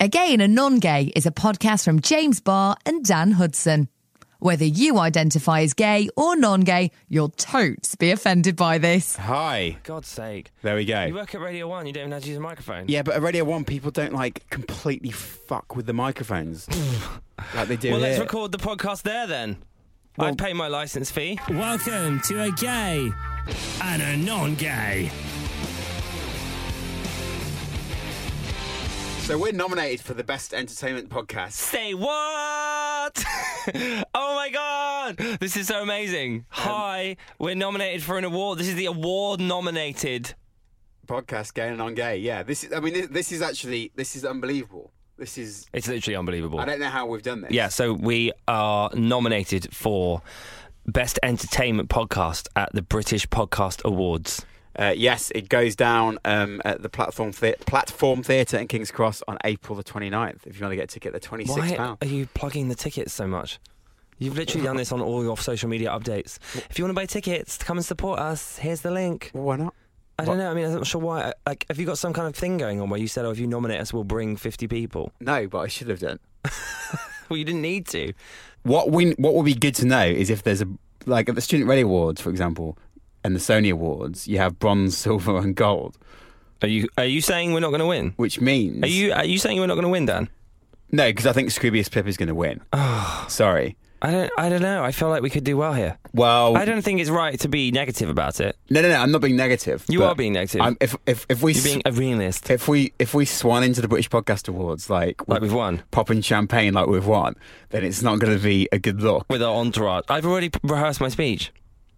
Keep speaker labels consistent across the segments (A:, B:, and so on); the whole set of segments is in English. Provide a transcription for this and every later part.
A: A Gay and a Non Gay is a podcast from James Barr and Dan Hudson. Whether you identify as gay or non gay, you'll totes be offended by this.
B: Hi.
C: God's sake.
B: There we
C: You
B: go.
C: work at Radio 1, you don't even know how to use a microphone.
B: Yeah, but at Radio 1, people don't like completely fuck with the microphones like they do
C: Well, let's
B: here.
C: record the podcast there then. I'd pay my license fee.
D: Welcome to a gay and a non gay.
B: So we're nominated for the Best Entertainment Podcast.
C: Say what? oh my god! This is so amazing. Hi, we're nominated for an award. This is the award nominated.
B: Podcast Gay and Non-Gay. Yeah, this is, I mean, this, this is actually, this is unbelievable. This is,
C: It's literally unbelievable.
B: I don't know how we've done this.
C: Yeah, so we are nominated for Best Entertainment Podcast at the British Podcast Awards.
B: Uh, yes, it goes down um, at the Platform the- Platform Theatre in King's Cross on April the 29th. If you want to get a ticket, they're £26.
C: Why are you plugging the tickets so much? You've literally done this on all your social media updates. If you want to buy tickets, come and support us. Here's the link.
B: Well, why not?
C: I don't know. I mean, I'm not sure why. Like, have you got some kind of thing going on where you said, "Oh, if you nominate us, we'll bring 50 people"?
B: No, but I should have done.
C: Well, you didn't need to.
B: What we what would be good to know is if there's a like at the Student Radio Awards, for example, and the Sony Awards, you have bronze, silver, and gold,
C: Are you Are you saying we're not going to win?
B: which means
C: Are you Are you saying we're not going to win, Dan?
B: no, because I think Scroobius Pip is going to win. Sorry.
C: I don't. I don't know. I feel like we could do well here.
B: Well,
C: I don't think it's right to be negative about it.
B: No, no, no. I'm not being negative.
C: You
B: but
C: are being negative.
B: I'm, if if if we
C: You're being
B: s-
C: a realist.
B: if we if we swan into the British Podcast Awards like
C: Like we've won.
B: popping champagne like we've won, then it's not going to be a good look.
C: With our entourage, I've already p- rehearsed my speech.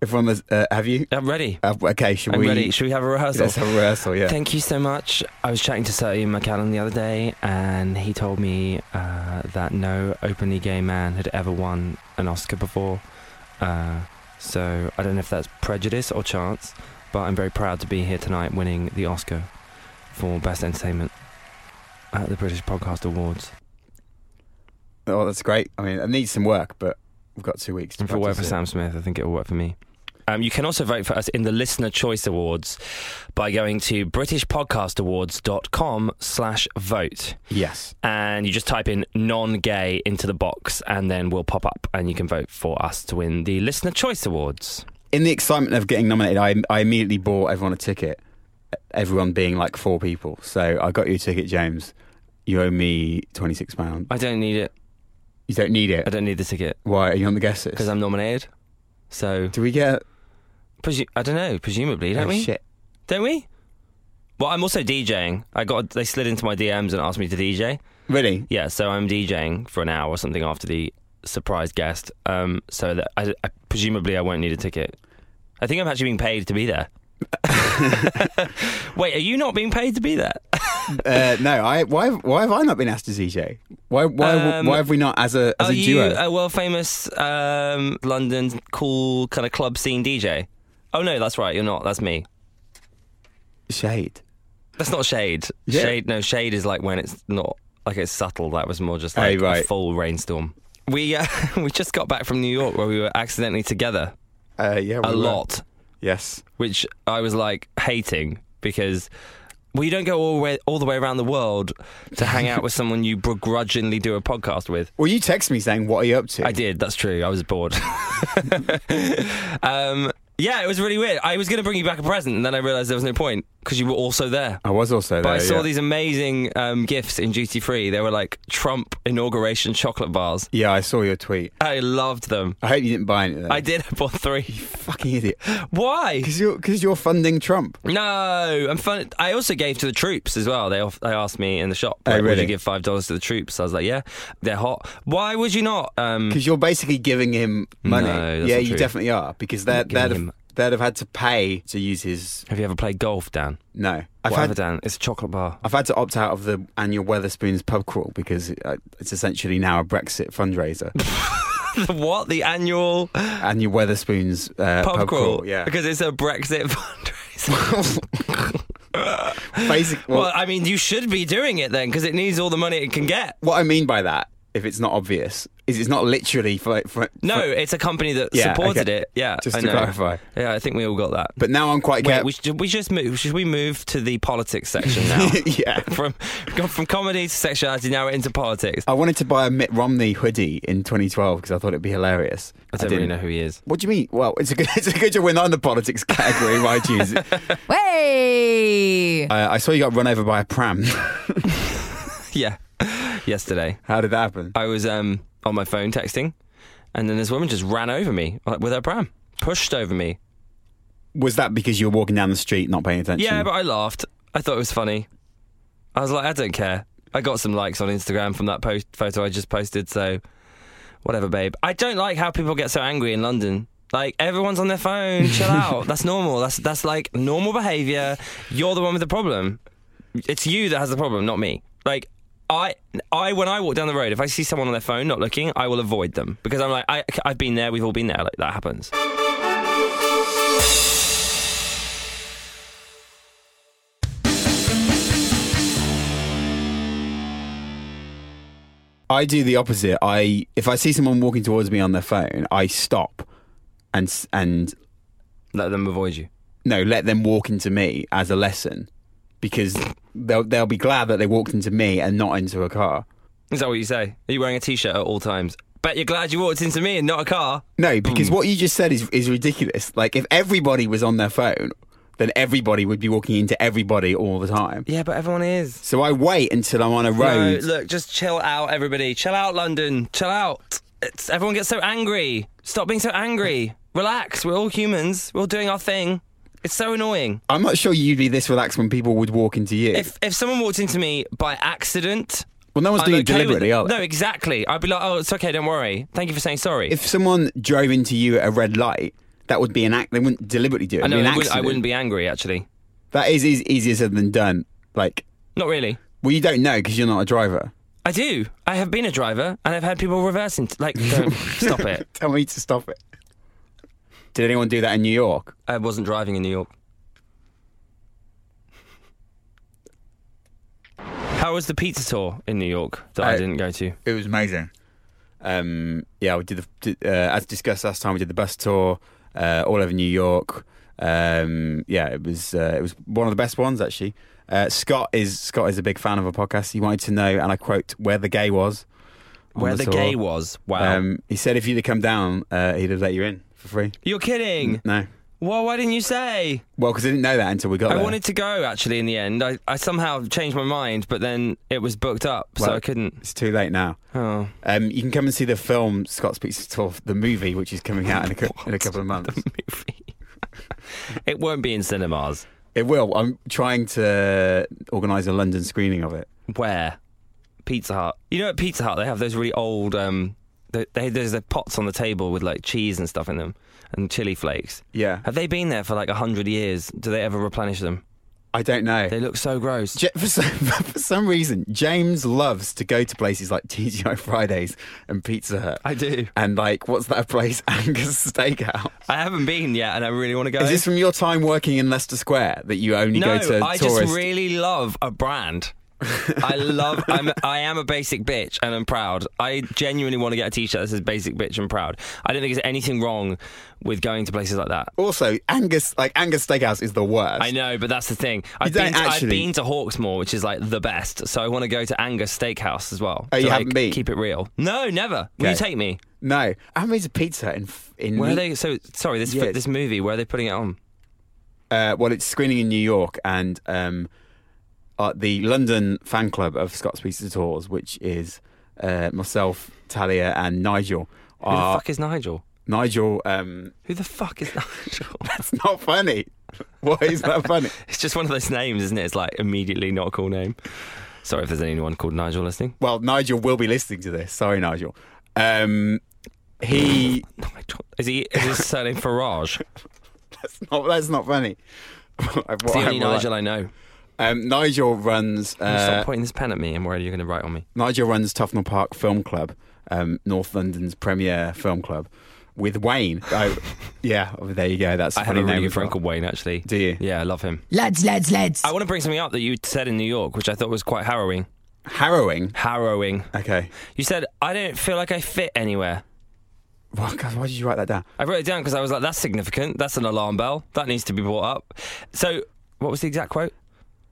B: Everyone, was- uh, have you?
C: I'm ready.
B: Uh, okay, should
C: I'm
B: we?
C: ready. Should we have a rehearsal?
B: Let's have a rehearsal. Yeah.
C: Thank you so much. I was chatting to Sir Ian McCallum the other day, and he told me uh, that no openly gay man had ever won an Oscar before. Uh, so I don't know if that's prejudice or chance, but I'm very proud to be here tonight winning the Oscar for Best Entertainment at the British Podcast Awards.
B: Oh, that's great. I mean, it needs some work, but we've got two weeks. To
C: If it worked for
B: practice it.
C: Sam Smith, I think it will work for me. Um, you can also vote for us in the Listener Choice Awards by going to britishpodcastawards.com slash vote.
B: Yes.
C: and you just type in non-gay into the box and then we'll pop up and you can vote for us to win the listener choice awards
B: In the excitement of getting nominated, I, I immediately bought everyone a ticket. Everyone being like four people. So I got you a ticket, James. You owe me twenty six pound.
C: i don't need it
B: You don't need
C: i
B: it.
C: don't need the ticket
B: Why are you on the guest
C: because
B: list?
C: i'm nominated so
B: Do we get?
C: presu- i don't know presumably don't
B: oh,
C: we
B: Shit.
C: don't we well i'm also djing i got they slid into my dms and asked me to dj
B: Really?
C: yeah so i'm djing for an hour or something after the surprise guest um so that i, I presumably i won't need a ticket i think i'm actually being paid to be there wait are you not being paid to be there
B: uh, no. I why why have I not been asked as EJ? Why why
C: Um,
B: why have we not as a as
C: Are
B: a
C: you uh,
B: duo?
C: a well famous um, London cool kind of club scene DJ? Oh no, that's right. You're not. That's me.
B: Shade.
C: That's not shade.
B: Yeah.
C: Shade. No, shade is like when it's not like it's subtle. That was more just like
B: Oh, right.
C: a full rainstorm. We uh, we just got back from New York where we were accidentally together
B: Uh, yeah.
C: a
B: we were.
C: lot,
B: Yes.
C: which I was like hating because. Well, you don't go all the way, all the way around the world to hang out with someone you begrudgingly do a podcast with.
B: Well, you text me saying, "What are you up to?"
C: I did. That's true. I was bored. um, yeah, it was really weird. I was going to bring you back a present, and then I realised there was no point because you were also there.
B: I was also there.
C: But I saw
B: yeah.
C: these amazing um, gifts in duty free. They were like Trump inauguration chocolate bars.
B: Yeah, I saw your tweet.
C: I loved them.
B: I hope you didn't buy anything.
C: I did. I bought three.
B: Fucking idiot.
C: Why?
B: Because you're, cause you're funding Trump.
C: Mm. No, I'm fun. I also gave to the troops as well. They off- they asked me in the shop.
B: Oh,
C: like, Would
B: really?
C: you give five dollars to the troops? I was like, yeah, they're hot. Why would you not? Um,
B: Because you're basically giving him money.
C: No, that's
B: yeah,
C: not
B: you
C: true.
B: definitely are. Because they're,
C: not giving
B: they'd, have,
C: him-
B: they'd have had to pay to use his.
C: have you ever played golf, Dan?
B: No. I've
C: Whatever,
B: had,
C: Dan. It's a chocolate bar.
B: I've had to opt out of the annual Weatherspoons pub crawl because uh, it's essentially now a Brexit fundraiser.
C: what the annual pub,
B: annual Weatherspoons uh, pub,
C: crawl?
B: Yeah.
C: because it's a Brexit fundraiser.
B: Basic, well,
C: well, I mean, you should be doing it then because it needs all the money it can get.
B: what I mean by that, if it's not obvious, Is it's not literally for, for
C: No,
B: for-
C: it's a company that
B: Yeah,
C: supported
B: okay.
C: it. Yeah,
B: just
C: I
B: to
C: know.
B: clarify.
C: Yeah, I think we all got that.
B: But now I'm quite
C: Wait,
B: careful.
C: we should we just move? Should we move to the politics section now?
B: yeah.
C: from we've gone from comedy to sexuality, now we're into politics.
B: I wanted to buy a Mitt Romney hoodie in 2012 because I thought it'd be hilarious.
C: I don't really know who he is.
B: What do you mean? Well, it's a good, it's a good job we're not in the politics category, right, Jesus?
A: Way!
B: I, I saw you got run over by a pram.
C: Yeah, yesterday
B: How did that happen?
C: I was um, on my phone texting, and then this woman just ran over me like, with her pram, pushed over me.
B: Was that because you were walking down the street not paying attention?
C: Yeah, but I laughed. I thought it was funny. I was like, I don't care. I got some likes on Instagram from that post photo I just posted, so whatever, babe. I don't like how people get so angry in London. Like everyone's on their phone, chill out. That's normal. That's that's like normal behavior. You're the one with the problem. It's you that has the problem, not me. Like I, I when I walk down the road, if I see someone on their phone not looking, I will avoid them because I'm like, I, I've been there. We've all been there. Like that happens.
B: I do the opposite. I if I see someone walking towards me on their phone, I stop and s- and
C: Let them avoid you.
B: no, let them walk into me as a lesson because they'll they'll be glad that they walked into me and not into a car.
C: Is that what you say? Are you wearing a t-shirt at all times? Bet you're glad you walked into me and not a car.
B: No,
C: Hmm.
B: because what you just said is is ridiculous. Like if everybody was on their phone, then everybody would be walking into everybody all the time.
C: Yeah, but everyone is.
B: So I wait until I'm on a road.
C: No, look, just chill out, everybody. Chill out, London. Chill out. It's, everyone gets so angry. Stop being so angry. Relax. We're all humans. We're all doing our thing. It's so annoying.
B: I'm not sure you'd be this relaxed when people would walk into you.
C: If if someone walked into me by accident,
B: well, no one's
C: I'm
B: doing
C: okay
B: it
C: with
B: deliberately,
C: it.
B: are they?
C: No, exactly. I'd be like, oh, it's okay. Don't worry. Thank you for saying sorry.
B: If someone drove into you at a red light, that would be an act. They wouldn't deliberately do it.
C: I know
B: it'd be an
C: I, would, I
B: accident.
C: wouldn't be angry actually.
B: That is, is easier said than done. Like,
C: Not really.
B: well, you don't know because you're not a driver.
C: I do. I have been a driver and I've had people reverse into like, don't stop it.
B: Tell me to stop it. Did anyone do that in New York?
C: I wasn't driving in New York. How was the pizza tour in New York that I
B: Uh,
C: didn't go to?
B: It was amazing. Um, yeah, we did the did, uh, as discussed last time. We did the bus tour uh, all over New York. Um, yeah, it was uh, it was one of the best ones actually. Uh, Scott is Scott is a big fan of a podcast. He wanted to know, and I quote, where the gay was. on
C: Where the,
B: tour.
C: gay was. Wow.
B: Um, he said if you'd have come down, uh, he'd have let you in for free.
C: You're kidding.
B: No.
C: Well, why didn't you say?
B: Well, because I didn't know that until we got
C: I
B: there.
C: wanted to go actually in the end. I, I somehow changed my mind, but then it was booked up, so
B: Well-
C: I couldn't.
B: It's too late now.
C: Oh.
B: Um, you can come and see the film Scott's Pizza Tour, the movie, which is coming out in a, cou- in a couple of months.
C: it won't be in cinemas.
B: It will. I'm trying to organise a London screening of it.
C: Where? Pizza Hut. You know at Pizza Hut they have those really old um they, they, there's the pots on the table with like cheese and stuff in them and chili flakes.
B: Yeah.
C: Have they been there for like 100 years? Do they ever replenish them?
B: I don't know.
C: They look so gross.
B: Ja- for, some, for some reason, James loves to go to places like TGI Fridays and Pizza Hut.
C: I do.
B: And like, what's that place? Angus Steakhouse.
C: I haven't been yet and I really want to go.
B: Is this from your time working in Leicester Square that you only
C: no,
B: go to
C: I
B: tourist?
C: just really love a brand. I love I'm I am a basic bitch and I'm proud. I genuinely want to get a t-shirt that says basic bitch and proud. I don't think there's anything wrong with going to places like that.
B: Also, Angus, like Angus Steakhouse, is the worst.
C: I know, but that's the thing. I've
B: don't
C: been, to, I've
B: actually-
C: been to Hawksmoor, which is like the best. So I want to go to Angus Steakhouse as well.
B: Oh,
C: to,
B: you
C: like,
B: haven't been?
C: Keep it real. No, never. Will you
B: Okay.
C: take me?
B: No, how many's a pizza in in?
C: Where are they? So sorry, this
B: Yeah.
C: this movie. Where are they putting it on?
B: Uh, well, it's screening in New York and um, at the London fan club of Scott's Pizza Tours, which is uh, myself, Talia, and Nigel.
C: Who the
B: Are
C: fuck is Nigel?
B: Nigel? Um,
C: Who the fuck is Nigel?
B: that's not funny. Why is that funny?
C: it's just one of those names, isn't it? It's like immediately not a cool name. Sorry if there's anyone called Nigel listening.
B: Well, Nigel will be listening to this. Sorry, Nigel. Um, he
C: Nigel. Oh Is he? Is his surname Farage?
B: that's not that's not funny.
C: It's the only Nigel I know.
B: Um, Nigel runs. Uh,
C: Stop pointing this pen at me. I'm worried you're going to write on me.
B: Nigel runs Tufnell Park Film Club, um, North London's premier film club, with Wayne. I, yeah, oh, there you go. That's
C: I have
B: funny
C: a really
B: name
C: good
B: as
C: friend
B: well.
C: called Wayne, actually.
B: Do you?
C: Yeah, I love him.
A: Lads, lads, lads.
C: I want to bring something up that you said in New York, which I thought was quite harrowing.
B: Harrowing.
C: Harrowing.
B: Okay.
C: You said I don't feel like I fit anywhere.
B: Why, God, why did you write that down?
C: I wrote it down because I was like, that's significant. That's an alarm bell. That needs to be brought up. So, what was the exact quote?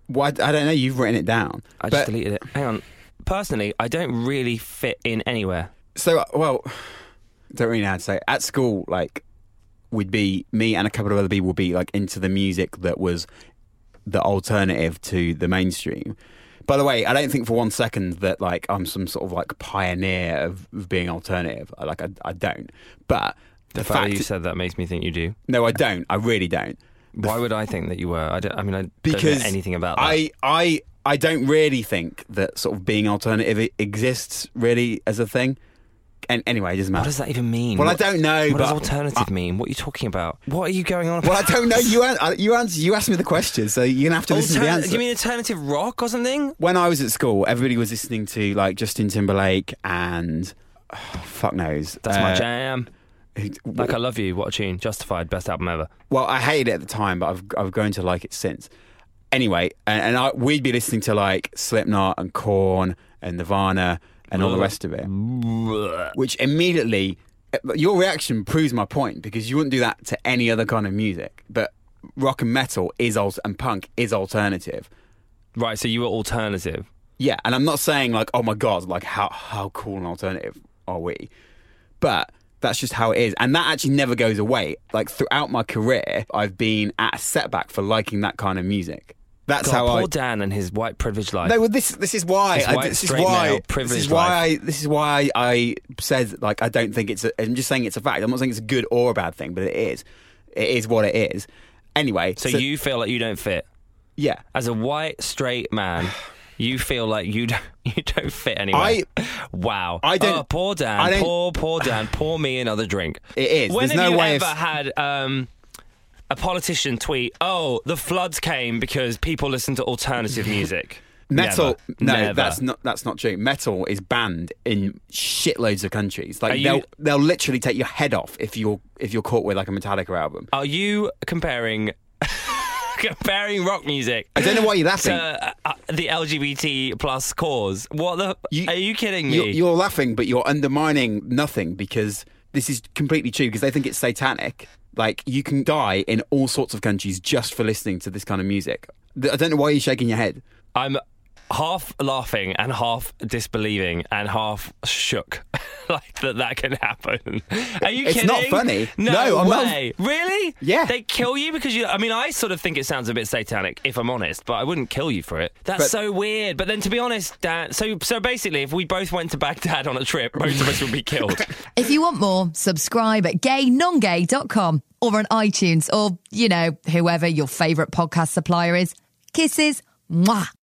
B: Why? I don't know. You've written it down.
C: I
B: But-
C: just deleted it. Hang on. Personally, I don't really fit in anywhere.
B: So, uh, well, don't really know how to say. It. At school, like, we'd be me and a couple of other people would be like into the music that was the alternative to the mainstream. By the way, I don't think for one second that like I'm some sort of like pioneer of, of being alternative. I- Like, I, I don't. But the,
C: The fact
B: fact,
C: that you said that makes me think you do.
B: no, I don't. I really don't.
C: Why would I think that you were? I, don't, I mean, I don't
B: Because
C: know anything about that.
B: I, I, I don't really think that sort of being alternative e- exists really as a thing. And anyway, it doesn't
C: what
B: matter.
C: does that even mean?
B: Well, I
C: What-
B: don't know,
C: What does
B: but-
C: alternative mean? What are you talking about? What are you going on about?
B: Well, I don't know. You an- I- you answer, you asked me the question, so you're gonna have to listen to the
C: Alterna-
B: answer.
C: you mean alternative rock or something?
B: when I was at school, everybody was listening to like Justin Timberlake and oh, fuck knows.
C: That's my
B: Uh,
C: jam.
B: who-
C: Like, I love you. What a tune. Justified. Best album ever.
B: well, I hated it at the time, but I've I've grown to like it since. Anyway, and, and I, we'd be listening to like Slipknot and Corn and Nirvana and all the rest of it, which immediately uh, your reaction proves my point because you wouldn't do that to any other kind of music, but rock and metal is al- and punk is alternative.
C: Right, so you were alternative.
B: Yeah, and I'm not saying like, oh my god, like how how cool an alternative are we? But that's just how it is, and that actually never goes away. Like throughout my career, I've been at a setback for liking that kind of music. That's
C: God,
B: how
C: poor
B: I.
C: Dan and his white privileged life.
B: No, well, this this is why
C: This
B: I-
C: white,
B: this is
C: straight male,
B: why this
C: privileged
B: is why I, this is why I said like I don't think it's. A, I'm just saying it's a fact. I'm not saying it's a good or a bad thing, but it is. It is what it is. Anyway,
C: so, you feel like you don't fit
B: yeah.
C: as a white straight man. You feel like you don't, you don't fit anywhere. wow.
B: I don't-
C: Oh, poor Dan.
B: I don't-
C: poor poor Dan. Pour me another drink.
B: It is.
C: When
B: There's
C: have
B: no
C: you
B: way of-
C: ever had um, a politician tweet? Oh, the floods came because people listen to alternative music.
B: Metal,
C: Never.
B: no,
C: Never.
B: that's not that's not true. Metal is banned in shitloads of countries.
C: Are
B: Like
C: you-
B: they'll they'll literally take your head off if you're if you're caught with like a Metallica album.
C: Are you comparing comparing rock music?
B: I don't know why you're laughing.
C: to uh, the LGBT plus cause. What the?
B: You-
C: are you kidding me?
B: You're, you're laughing, but you're undermining nothing because this is completely true because they think it's satanic. Like you can die in all sorts of countries just for listening to this kind of music. Th- I don't know why you're shaking your head.
C: I'm half laughing and half disbelieving and half shook, like that that can happen. Are you
B: It's
C: kidding?
B: not funny.
C: No,
B: No, I'm not-
C: way. Really?
B: Yeah.
C: They kill you because you. I mean, I sort of think it sounds a bit satanic, if I'm honest, but I wouldn't kill you for it. That's
B: But-
C: so weird. But then, to be honest, Dan. So, so basically, if we both went to Baghdad on a trip, both of us would be killed.
A: If you want more, subscribe at gaynongay.com or on iTunes or, you know, whoever your favourite podcast supplier is. Kisses. Mwah.